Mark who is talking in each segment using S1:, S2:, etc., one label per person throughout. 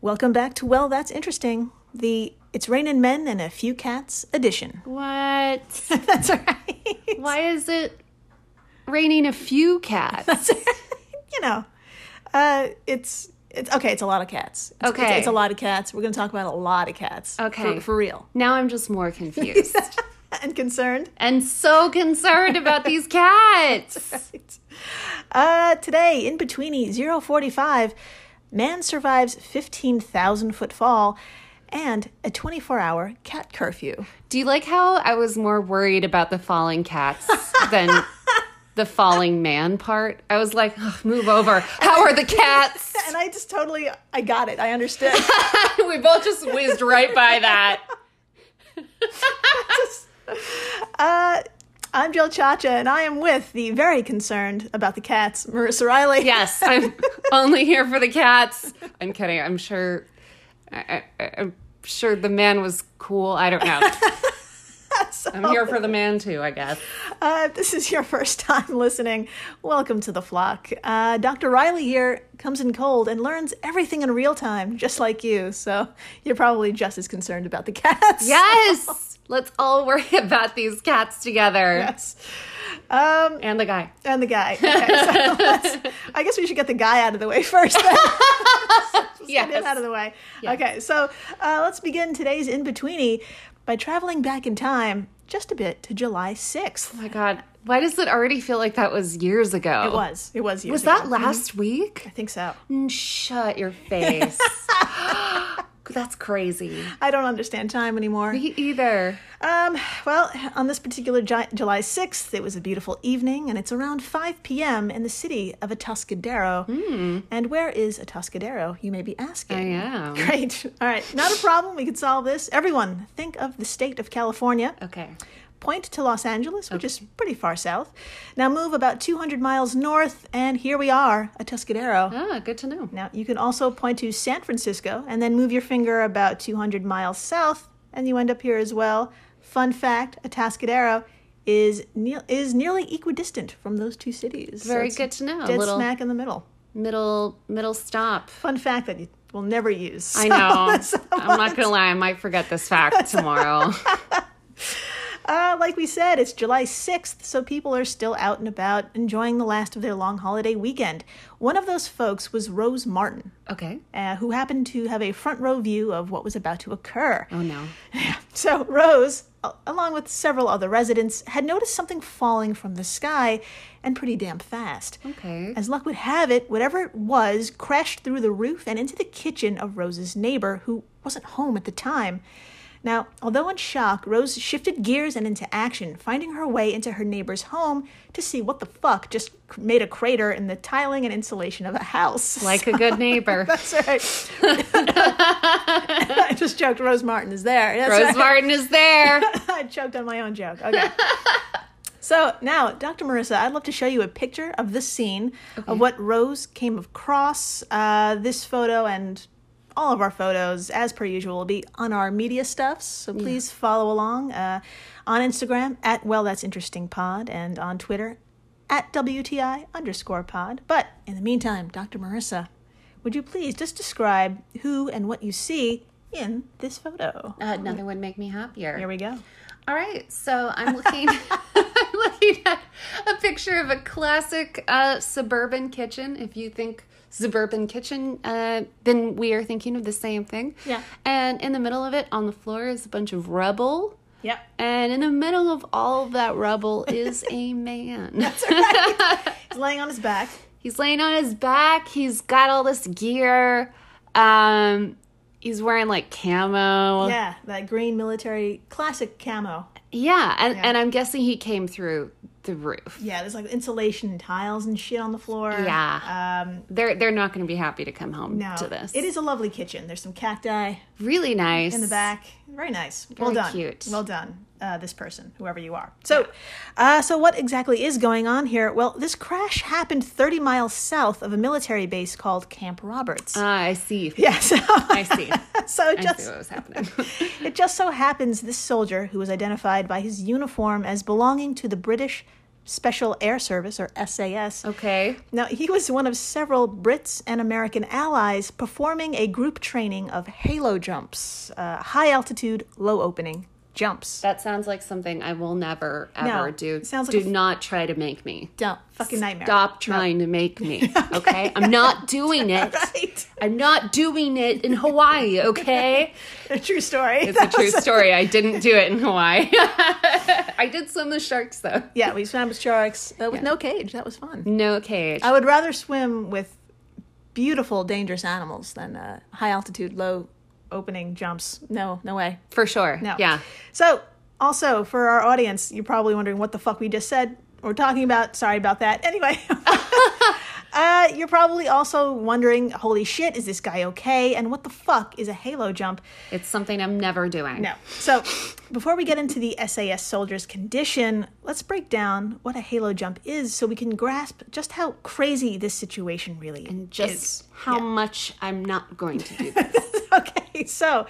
S1: Welcome back to Well, That's Interesting, the It's Raining Men and a Few Cats edition.
S2: What?
S1: That's all right.
S2: Why is it raining a few cats?
S1: That's all right. you know, uh, it's, it's okay, it's a lot of cats. It's, it's- It's,
S2: Okay.
S1: a lot of cats. We're going to talk about a lot of cats.
S2: Okay.
S1: For, for real.
S2: Now I'm just more confused
S1: and concerned.
S2: and so concerned about these cats.
S1: Uh, today, in Betweeny 045, man survives 15,000 foot fall and a 24 hour cat curfew.
S2: Do you like how I was more worried about the falling cats than the falling man part? I was like, "Ugh, move over. How are the cats?
S1: And I just totally, I got it. I understood.
S2: we both just whizzed right by that.
S1: I'm Jill Chacha, and I am with the very concerned about the cats, Marissa Riley.
S2: Yes, I'm only here for the cats. I'm kidding. I'm sure. I, I, I'm sure the man was cool. I don't know. I'm here for the man too, I guess.
S1: Uh, if this is your first time listening, welcome to the flock. Uh, Dr. Riley here comes in cold and learns everything in real time, just like you. So you're probably just as concerned about the cats.
S2: Yes, let's all worry about these cats together
S1: Yes. Um,
S2: and the guy.
S1: And the guy. Okay, so let's, I guess we should get the guy out of the way first. Then.
S2: Yes.
S1: Get him out of the way. Okay, so uh, let's begin today's in betweeny by traveling back in time just a bit to July sixth.
S2: oh my god, why does it already feel like that was years ago?
S1: It was. Mm-hmm. It was. Years
S2: Was that
S1: ago.
S2: last week?
S1: I think so.
S2: Mm, Shut your face. That's crazy.
S1: I don't understand time anymore.
S2: Me either.
S1: Um, well, on this particular Ju- July 6th, it was a beautiful evening, and it's around 5 p.m. in the city of Atascadero. And where is Atascadero, you may be asking?
S2: Hmm. I am.
S1: Great. All right. Not a problem. We can solve this. Everyone, think of the state of California.
S2: Okay.
S1: Point to Los Angeles, which is pretty far south. Now move about 200 miles north, and here we are, Atascadero.
S2: Ah, good to know.
S1: Now, you can also point to San Francisco and then move your finger about 200 miles south, and you end up here as well. Fun fact Atascadero is, ne- is nearly equidistant from those two cities. So
S2: Very
S1: it's
S2: good to know. A
S1: Dead
S2: little
S1: smack in the middle.
S2: middle middle stop.
S1: Fun fact that you will never use.
S2: I know. I'm not gonna lie. I might forget this fact tomorrow.
S1: Uh, like we said, it's July 6th, so people are still out and about enjoying the last of their long holiday weekend. One of those folks was Rose Martin,
S2: okay.
S1: uh, who happened to have a front row view of what was about to occur.
S2: Oh no.
S1: So Rose, a- along with several other residents, had noticed something falling from the sky and pretty damn fast.
S2: Okay.
S1: As luck would have it, whatever it was crashed through the roof and into the kitchen of Rose's neighbor, who wasn't home at the time. Now, although in shock, Rose shifted gears and into action, finding her way into her neighbor's home to see what the fuck just c- made a crater in the tiling and insulation of a house.
S2: Like a good neighbor.
S1: that's right. I just joked. Rose Martin is there. That's right.
S2: Rose Martin is there.
S1: I choked on my own joke. Okay. so now, Dr. Marissa, I'd love to show you a picture of this scene of what Rose came across. Uh, this photo and all of our photos, as per usual, will be on our media stuffs. So please follow along uh, on Instagram at Well That's Interesting Pod and on Twitter at WTI underscore pod. But in the meantime, Dr. Marissa, would you please just describe who and what you see in this photo?
S2: Uh, nothing would make me happier.
S1: Here we go.
S2: All right, so I'm looking. I'm looking at a picture of a classic uh, suburban kitchen. If you think suburban kitchen, uh, then we are thinking of the same thing.
S1: Yeah.
S2: And in the middle of it, on the floor, is a bunch of rubble.
S1: Yep.
S2: And in the middle of all of that rubble is a man.
S1: He's laying on his back.
S2: He's laying on his back. He's got all this gear. Um, he's wearing like camo.
S1: Yeah, that green military classic camo.
S2: Yeah, and, and I'm guessing he came through the roof.
S1: Yeah, there's like insulation and tiles and shit on the floor.
S2: Yeah.
S1: Um,
S2: They're they're not going to be happy to come home
S1: no,
S2: to this.
S1: It is a lovely kitchen. There's some cacti
S2: really nice
S1: in the back. Very nice. well
S2: Very
S1: done.
S2: cute.
S1: Well done, uh, this person, whoever you are. So, uh, so what exactly is going on here? Well, this crash happened 30 miles south of a military base called Camp Roberts.
S2: Ah, I see.
S1: yeah, so,
S2: I see.
S1: so
S2: I
S1: just
S2: see what was happening.
S1: It just so happens this soldier, who was identified by his uniform as belonging to the British Special Air Service, or SAS.
S2: Okay.
S1: Now, he was one of several Brits and American allies performing a group training of halo jumps, uh, high altitude, low opening jumps.
S2: That sounds like something I will never
S1: No,
S2: ever do.
S1: sounds like
S2: do
S1: a f-
S2: not try to make me.
S1: Don't. Fucking nightmare.
S2: Stop trying to make me. Okay? I'm not doing it.
S1: Right.
S2: I'm not doing it in Hawaii, okay?
S1: A true story.
S2: It's a true story. I didn't do it in Hawaii. I did swim with sharks though.
S1: yeah, we swam with sharks uh, with no cage. That was fun.
S2: No cage.
S1: I would rather swim with beautiful, dangerous animals than uh, high altitude, low opening jumps. No, no way.
S2: For sure.
S1: No.
S2: Yeah.
S1: So, also for our audience, you're probably wondering what the fuck we just said or talking about. Sorry about that. Anyway. Uh, you're probably also wondering, holy shit, is this guy okay? And what the fuck is a halo jump?
S2: It's something I'm never doing.
S1: No. So, before we get into the SAS soldier's condition, let's break down what a halo jump is so we can grasp just how crazy this situation really
S2: And just how much I'm not going to do this.
S1: okay, so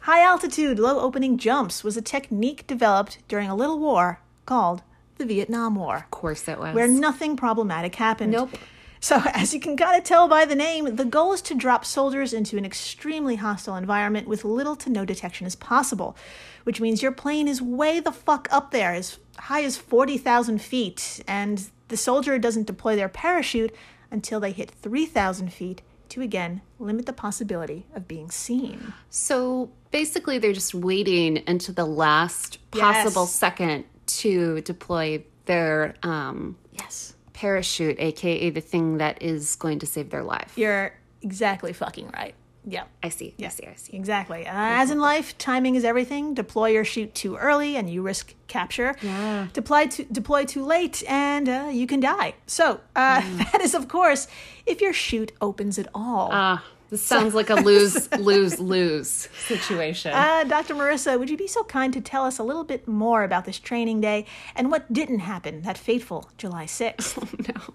S1: high altitude, low opening jumps was a technique developed during a little war called the Vietnam War,
S2: of course it was.
S1: where nothing problematic happened.
S2: Nope.
S1: So, as you can kind of tell by the name, the goal is to drop soldiers into an extremely hostile environment with little to no detection as possible, which means your plane is way the fuck up there, as high as 40,000 feet, and the soldier doesn't deploy their parachute until they hit 3,000 feet to again limit the possibility of being seen.
S2: So basically, they're just waiting until the last possible
S1: Yes.
S2: second to deploy their um,
S1: Yes.
S2: parachute, aka the thing that is going to save their life.
S1: You're exactly fucking right. Yep.
S2: I see. I see. I see.
S1: Exactly. Uh, As in life, timing is everything. Deploy your shoot too early and you risk capture.
S2: Yeah.
S1: Deploy, to, deploy too late and uh, you can die. So, uh, that is, of course, if your shoot opens at all. Uh,
S2: Ah, this sounds like a lose, lose, lose situation.
S1: Dr. Uh, Marissa, would you be so kind to tell us a little bit more about this training day and what didn't happen that fateful July 6th?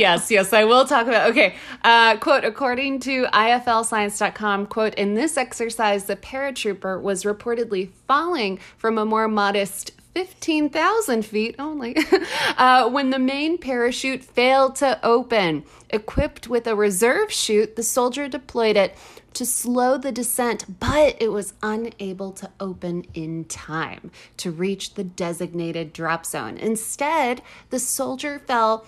S2: yes, yes, I will talk about. Okay, uh, quote according to IFLScience.com, quote in this exercise, the paratrooper was reportedly falling from a more modest. 15,000 feet only uh, when the main parachute failed to open. Equipped with a reserve chute, the soldier deployed it to slow the descent, but it was unable to open in time to reach the designated drop zone. Instead, the soldier fell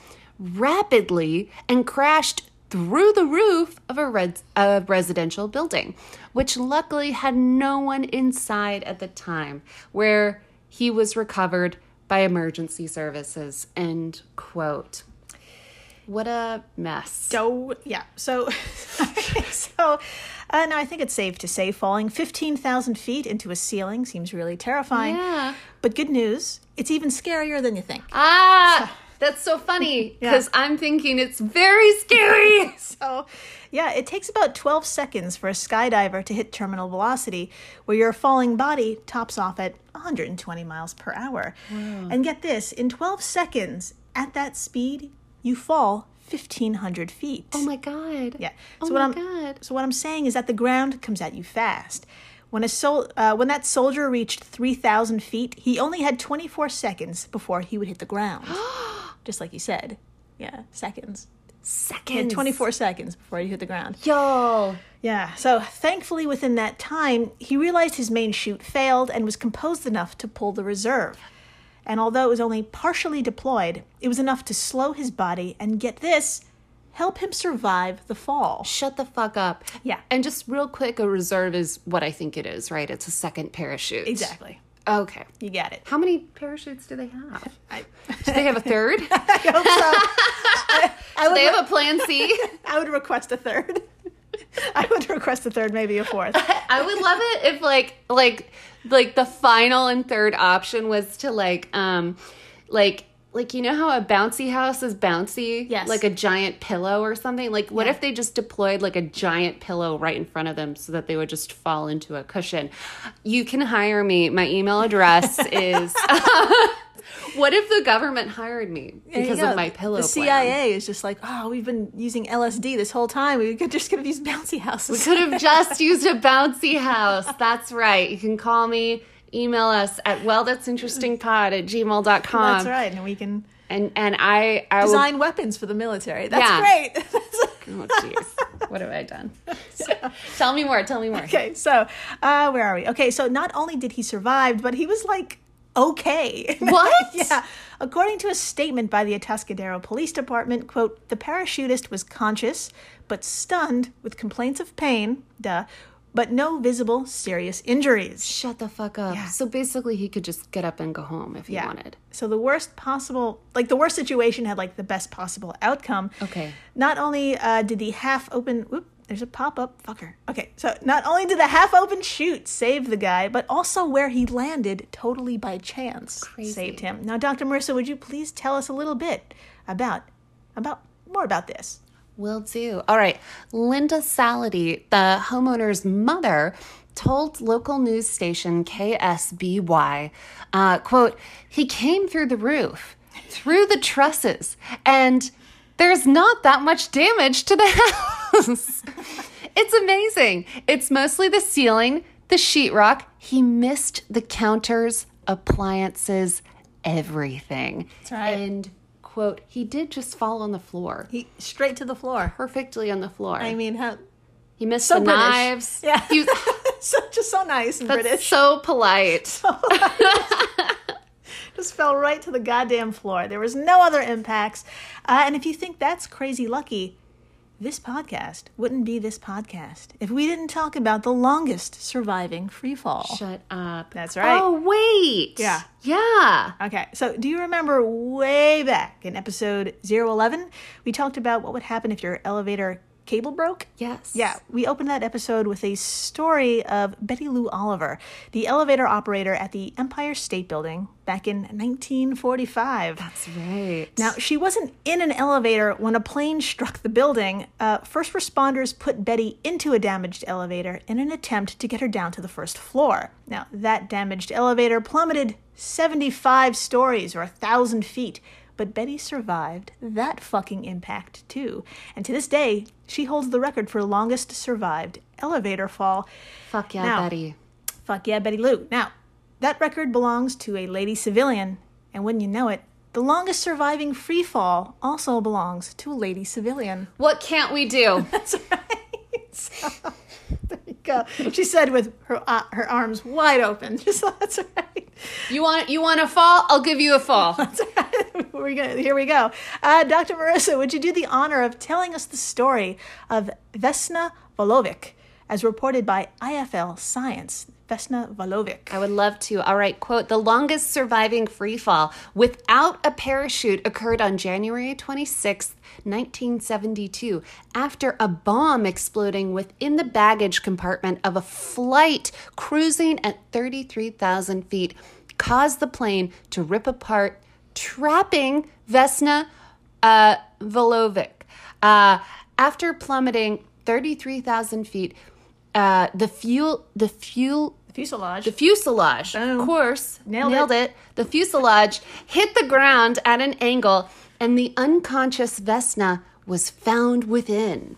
S2: rapidly and crashed through the roof of a red, a residential building, which luckily had no one inside at the time, where he was recovered by emergency services. End quote. What a mess.
S1: So yeah, so so uh, no, I think it's safe to say falling fifteen thousand feet into a ceiling seems really terrifying.
S2: Yeah.
S1: But good news, it's even scarier than you think.
S2: Ah, that's so funny because I'm thinking it's very scary.
S1: So yeah, it takes about twelve seconds for a skydiver to hit terminal velocity, where your falling body tops off at one hundred and twenty miles per hour. And get this: in twelve seconds, at that speed, you fall fifteen hundred feet.
S2: oh my god.
S1: Yeah.
S2: Oh
S1: what
S2: my
S1: I'm,
S2: God.
S1: So what I'm saying is that the ground comes at you fast. When a sol- uh, when that soldier reached 3,000 feet, he only had 24 seconds before he would hit the ground. Just like you said. Yeah, seconds. He had
S2: Second.
S1: 24 seconds before he hit the ground.
S2: Y'all.
S1: Yeah, so thankfully within that time, he realized his main chute failed and was composed enough to pull the reserve. And although it was only partially deployed, it was enough to slow his body and get this, help him survive the fall.
S2: Shut the fuck up.
S1: Yeah.
S2: And just real quick, a reserve is what I think it is, right? It's a second parachute.
S1: Exactly.
S2: Okay.
S1: You get it.
S2: How many parachutes do they have?
S1: I,
S2: Do they have a third?
S1: I hope so. I, I
S2: Do
S1: would,
S2: they have a plan C?
S1: I would request a third. I would request a third, maybe a fourth.
S2: I would love it if like like like the final and third option was to like um like like you know how a bouncy house is bouncy
S1: Yes.
S2: like a giant pillow or something like what if they just deployed like a giant pillow right in front of them so that they would just fall into a cushion you can hire me my email address is what if the government hired me
S1: There you
S2: because
S1: go.
S2: of my pillow
S1: The
S2: plan?
S1: CIA is just like, oh, we've been using LSD this whole time. We could just could have used bouncy houses.
S2: Could have just used a bouncy house. That's right. You can call me, email us at well that's interesting pod at gmail.com.
S1: That's right, and we can
S2: And and I I will-
S1: Design weapons for the military. That's
S2: Yeah.
S1: great.
S2: oh jeez, what have I done? tell me more. Tell me more.
S1: okay, so uh, where are we? Okay, so not only did he survive, but he was like okay.
S2: What?
S1: yeah. According to a statement by the Atascadero Police Department, quote, the parachutist was conscious but stunned with complaints of pain, duh, but no visible serious injuries.
S2: Shut the fuck up. So basically, he could just get up and go home if he
S1: Yeah.
S2: wanted.
S1: So the worst possible, like the worst situation had like the best possible outcome.
S2: Okay.
S1: Not only uh, did the half open, whoop, there's a pop up, fucker. Okay, so not only did the half open chute save the guy, but also where he landed totally by chance
S2: Crazy.
S1: saved him. Now, Dr. Marissa, would you please tell us a little bit about, about, more about this?
S2: Will do. All right. Linda Salady, the homeowner's mother, told local news station KSBY, uh, quote, he came through the roof, through the trusses, and there's not that much damage to the house. it's amazing. It's mostly the ceiling, the sheetrock. He missed the counters, appliances, everything. That's
S1: right.
S2: And quote, he did just fall on the floor
S1: He straight to the floor.
S2: perfectly on the floor.
S1: I mean, how,
S2: he missed
S1: so
S2: the
S1: British.
S2: knives.
S1: Yeah.
S2: He was
S1: so just so nice and British.
S2: so polite.
S1: just fell right to the goddamn floor. There was no other impacts. Uh, and if you think that's crazy lucky, this podcast wouldn't be this podcast if we didn't talk about the longest surviving free fall.
S2: Shut up.
S1: That's right.
S2: Oh wait.
S1: Yeah.
S2: Yeah.
S1: Okay, so do you remember way back in episode 011? We talked about what would happen if your elevator cable broke.
S2: Yes.
S1: Yeah, we opened that episode with a story of Betty Lou Oliver, the elevator operator at the Empire State Building back in 1945.
S2: That's right.
S1: Now, she wasn't in an elevator when a plane struck the building. Uh, first responders put Betty into a damaged elevator in an attempt to get her down to the first floor. Now, that damaged elevator plummeted 75 stories or 1,000 feet, but Betty survived that fucking impact too. And to this day, she holds the record for longest survived elevator fall.
S2: Fuck yeah,
S1: Now-
S2: Betty.
S1: Fuck yeah, Betty Lou. Now, that record belongs to a lady civilian, and wouldn't you know it, the longest surviving free fall also belongs to a lady civilian.
S2: What can't we do?
S1: Go. She said with her uh, her arms wide open. Just that's right.
S2: you want you want a fall? I'll give you a fall.
S1: We're gonna, here we go. Uh, Dr. Marissa, would you do the honor of telling us the story of Vesna Volovic, as reported by IFL Science? Vesna Volovic.
S2: I would love to. All right, quote The longest surviving free fall without a parachute occurred on January 26th, 1972, after a bomb exploding within the baggage compartment of a flight cruising at 33,000 feet caused the plane to rip apart, trapping Vesna uh, Volovic. Uh, after plummeting 33,000 feet, uh, the fuel, the fuel
S1: Fuselage.
S2: the fuselage, of course,
S1: Nailed
S2: nailed, it. The fuselage hit the ground at an angle, and the unconscious Vesna was found within.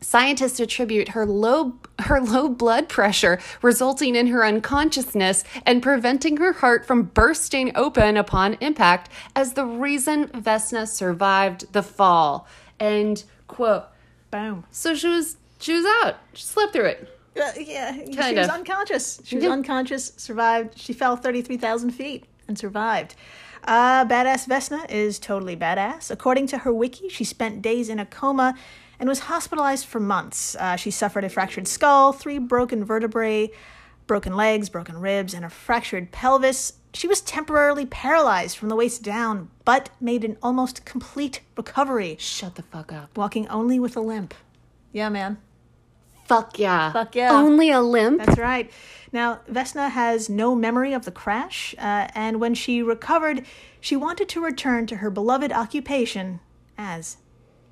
S2: Scientists attribute her low her low blood pressure resulting in her unconsciousness and preventing her heart from bursting open upon impact as the reason Vesna survived the fall. And quote,
S1: Boom.
S2: so she was she was out. She slept through it.
S1: Uh, yeah, she
S2: Kind
S1: was
S2: of.
S1: unconscious. She was unconscious, survived. She fell 33,000 feet and survived. Uh, badass Vesna is totally badass. According to her wiki, she spent days in a coma and was hospitalized for months. Uh, she suffered a fractured skull, three broken vertebrae, broken legs, broken ribs, and a fractured pelvis. She was temporarily paralyzed from the waist down, but made an almost complete recovery,
S2: Shut the fuck up.
S1: walking only with a limp. Yeah, man.
S2: Fuck yeah.
S1: Fuck yeah.
S2: Only a limp.
S1: That's right. Now, Vesna has no memory of the crash, uh, and when she recovered, she wanted to return to her beloved occupation as,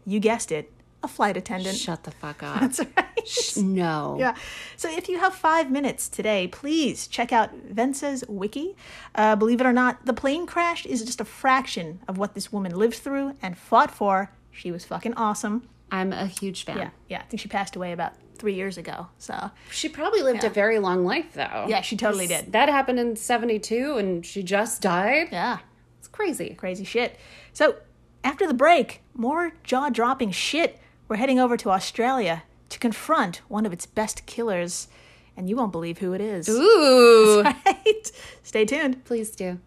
S1: you guessed it, a flight attendant.
S2: Shut the fuck up.
S1: That's right.
S2: Sh- no.
S1: Yeah. So if you have five minutes today, please check out Vensa's wiki. Uh, believe it or not, the plane crash is just a fraction of what this woman lived through and fought for. She was fucking awesome.
S2: I'm a huge fan.
S1: Yeah, yeah. I think she passed away about three years ago. So
S2: She probably lived a very long life, though.
S1: yeah, she totally did.
S2: That happened in 72 and she just died.
S1: Yeah.
S2: It's crazy.
S1: Crazy shit. So, after the break, more jaw dropping shit. We're heading over to Australia to confront one of its best killers, and you won't believe who it is.
S2: Ooh.
S1: Right? Stay tuned.
S2: Please do.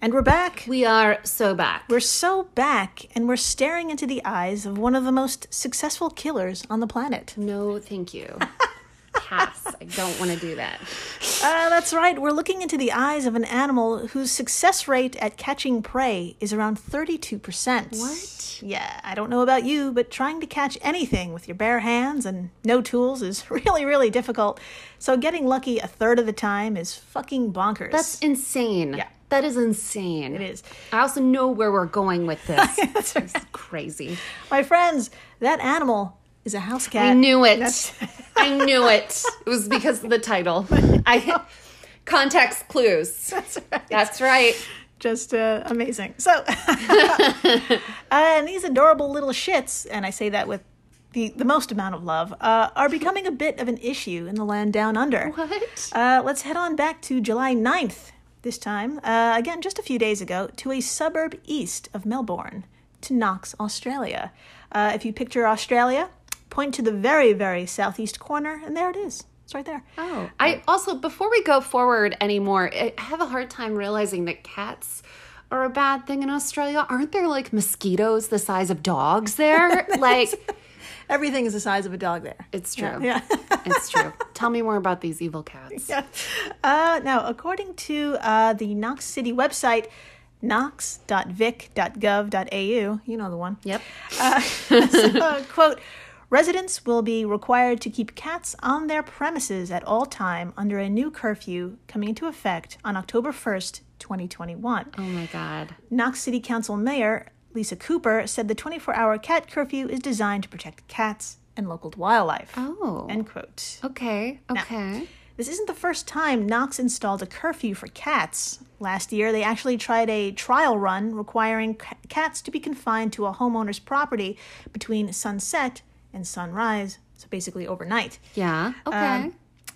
S1: And we're back.
S2: We are so back.
S1: We're so back, and we're staring into the eyes of one of the most successful killers on the planet.
S2: No, thank you. Pass. I don't want to do that.
S1: Uh, that's right, we're looking into the eyes of an animal whose success rate at catching prey is around 32%.
S2: What?
S1: Yeah, I don't know about you, but trying to catch anything with your bare hands and no tools is really, really difficult. So getting lucky a third of the time is fucking bonkers.
S2: That's insane.
S1: Yeah.
S2: That is insane.
S1: it is.
S2: I also know where we're going with this.
S1: That's right.
S2: crazy.
S1: My friends, that animal is a house cat.
S2: I knew it. I knew it. It was because of the title. I context clues.
S1: That's right.
S2: That's right.
S1: just uh, amazing. So, uh, and these adorable little shits, and I say that with the, the most amount of love, uh, are becoming a bit of an issue in the land down under.
S2: What?
S1: Uh, let's head on back to July 9th, this time, uh, again, just a few days ago, to a suburb east of Melbourne, to Knox, Australia. Uh, if you picture Australia, point to the very, very southeast corner, and there it is. It's right there.
S2: Oh, I also before we go forward anymore, I I have a hard time realizing that cats are a bad thing in Australia. Aren't there like mosquitoes the size of dogs there? like
S1: Everything is the size of a dog there.
S2: it's true.
S1: Yeah.
S2: it's true. Tell me more about these evil cats.
S1: Yeah. Uh, now, according to uh, the Knox City website, knox.vic.gov.au, you know the one.
S2: Yep.
S1: Uh, quote, residents will be required to keep cats on their premises at all time under a new curfew coming into effect on October 1st, 2021.
S2: Oh my god.
S1: Knox City Council Mayor Lisa Cooper said the 24-hour cat curfew is designed to protect cats and local wildlife.
S2: Oh.
S1: End quote.
S2: Okay. Okay.
S1: This isn't the first time Knox installed a curfew for cats. Last year, they actually tried a trial run requiring c- cats to be confined to a homeowner's property between sunset and sunrise, so basically overnight.
S2: Yeah.
S1: um,
S2: Okay.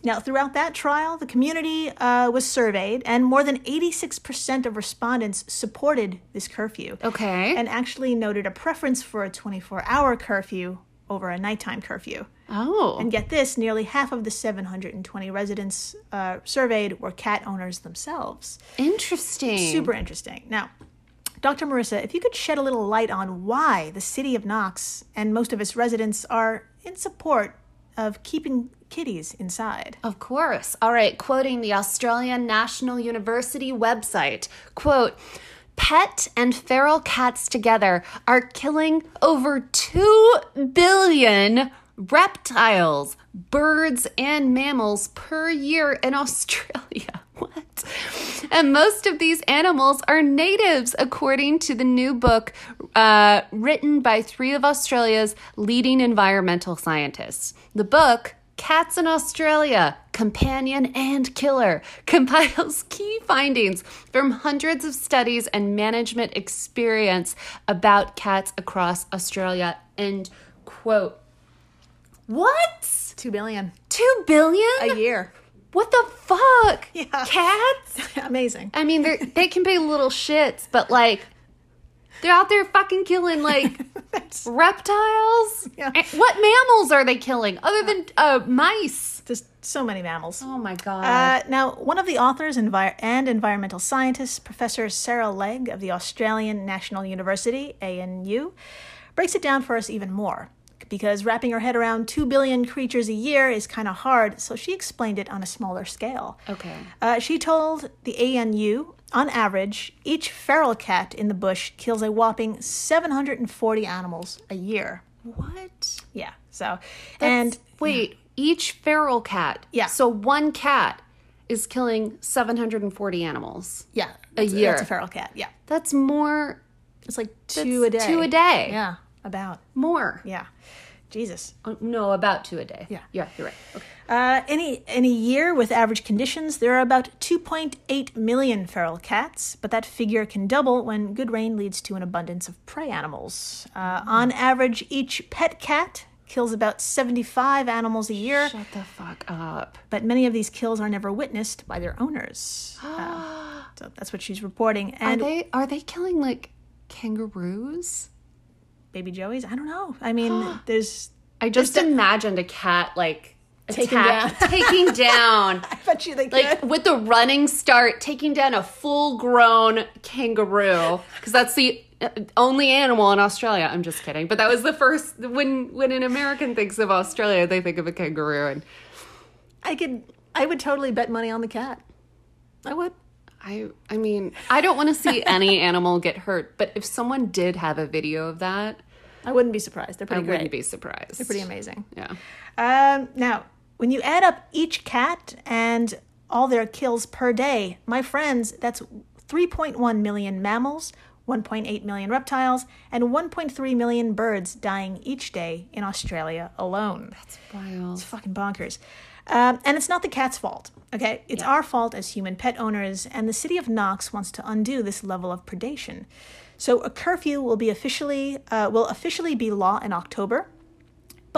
S1: Now, throughout that trial, the community uh, was surveyed, and more than 86% of respondents supported this curfew
S2: okay.
S1: and actually noted a preference for a 24 hour curfew over a nighttime curfew.
S2: oh.
S1: And get this nearly half of the 720 residents uh, surveyed were cat owners themselves.
S2: interesting.
S1: Super interesting. Now, Dr. Marissa, if you could shed a little light on why the city of Knox and most of its residents are in support of keeping kitties inside.
S2: Of course. All right, quoting the Australian National University website, quote, Pet and feral cats together are killing over 2 billion reptiles, birds, and mammals per year in Australia. What? And most of these animals are natives, according to the new book uh, written by three of Australia's leading environmental scientists. The book, Cats in Australia, Companion and Killer, compiles key findings from hundreds of studies and management experience about cats across Australia. End quote. What?
S1: Two billion
S2: Two billion?
S1: a year.
S2: what the fuck?
S1: Yeah.
S2: Cats?
S1: Amazing.
S2: I mean, they they can be little shits, but like, they're out there fucking killing like
S1: That's
S2: reptiles.
S1: Yeah.
S2: And What mammals are they killing other than uh, mice?
S1: just so many mammals.
S2: Oh my god.
S1: Uh, now, one of the authors envi- and environmental scientist, Professor Sarah Legg of the Australian National University, ANU, breaks it down for us even more. Because wrapping her head around 2 billion creatures a year is kind of hard, so she explained it on a smaller scale.
S2: okay.
S1: Uh, she told the ANU, on average, each feral cat in the bush kills a whopping 740 animals a year.
S2: What?
S1: Yeah, so. and
S2: Wait, each feral cat.
S1: Yeah.
S2: So one cat is killing 740 animals.
S1: yeah,
S2: A
S1: that's
S2: year.
S1: That's a feral cat, yeah.
S2: That's more.
S1: It's like two a day.
S2: that's Two a day.
S1: Yeah, about.
S2: More.
S1: Yeah. Jesus.
S2: Uh, No, about two a day. Yeah. Yeah, you're right. Okay.
S1: Uh, any in a year with average conditions, there are about 2.8 million feral cats, but that figure can double when good rain leads to an abundance of prey animals. Uh, On average, each pet cat kills about 75 animals a year,
S2: Shut the fuck up.
S1: but many of these kills are never witnessed by their owners. Uh, So that's what she's reporting.
S2: Are
S1: And
S2: they are they killing like kangaroos?
S1: baby Joey's, I don't know. I mean, there's.
S2: I just imagined a cat like
S1: Taking
S2: attack- taking down
S1: I bet you they
S2: like
S1: could.
S2: with the running start, taking down a full-grown kangaroo because that's the uh, only animal in Australia. I'm just kidding, but that was the first when when an American thinks of Australia, they think of a kangaroo, and
S1: I could. I would totally bet money on the cat. I would.
S2: I I mean I don't want to see any animal get hurt, but if someone did have a video of that,
S1: I wouldn't be surprised. They're
S2: I
S1: pretty great.
S2: wouldn't be surprised.
S1: Pretty amazing.
S2: yeah.
S1: Um, now, when you add up each cat and all their kills per day, my friends, that's 3.1 million mammals, 1.8 million reptiles, and 1.3 million birds dying each day in Australia alone. That's
S2: Wild.
S1: fucking bonkers. Um, and it's not the cat's fault, okay? It's our fault as human pet owners, and the city of Knox wants to undo this level of predation. So a curfew will be officially uh, will officially be law in October.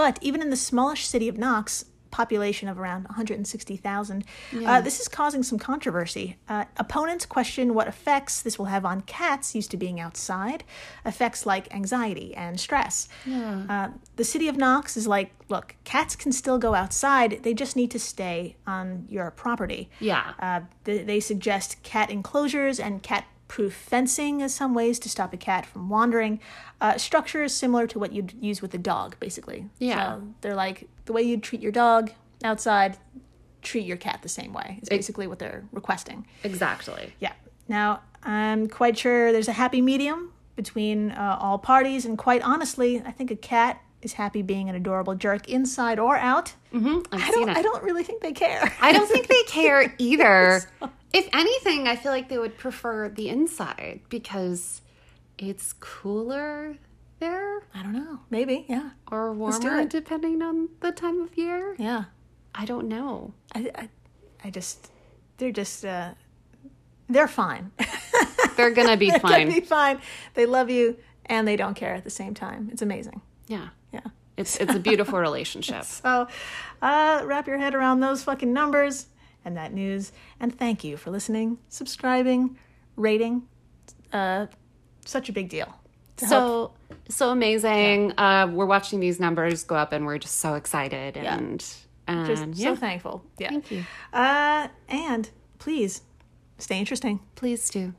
S1: But even in the smallish city of Knox, population of around 160,000, uh, this is causing some controversy. Uh, opponents question what effects this will have on cats used to being outside, effects like anxiety and stress. Uh, the city of Knox is like, look, cats can still go outside, they just need to stay on your property.
S2: Yeah.
S1: Uh, they, they suggest cat enclosures and cat proof fencing as some ways to stop a cat from wandering. Uh, structure is similar to what you'd use with a dog, basically.
S2: Yeah.
S1: So they're like, the way you'd treat your dog outside, treat your cat the same way, is basically what they're requesting.
S2: Exactly.
S1: Yeah. Now, I'm quite sure there's a happy medium between uh, all parties, and quite honestly, I think a cat is happy being an adorable jerk inside or out.
S2: Mm-hmm. I've
S1: I
S2: seen
S1: don't,
S2: it.
S1: I don't really think they care.
S2: I don't think they care either. If anything, I feel like they would prefer the inside because it's cooler there
S1: I don't know. Maybe, yeah.
S2: or
S1: do
S2: warmer,
S1: it.
S2: depending on the time of year.
S1: Yeah.
S2: I don't know.
S1: I, I, I just, they're just, uh, they're fine.
S2: They're gonna be
S1: They'll
S2: fine.
S1: be fine. They love you and they don't care at the same time. It's amazing.
S2: Yeah,
S1: Yeah.
S2: it's it's a beautiful relationship.
S1: So, uh, wrap your head around those fucking numbers and that news. And thank you for listening, subscribing, rating. Uh, such a big deal.
S2: So so amazing. Uh, we're watching these numbers go up, and we're just so excited and and
S1: Just
S2: Um, yeah.
S1: so thankful. Yeah.
S2: Thank you.
S1: Uh, and please stay interesting.
S2: Please do.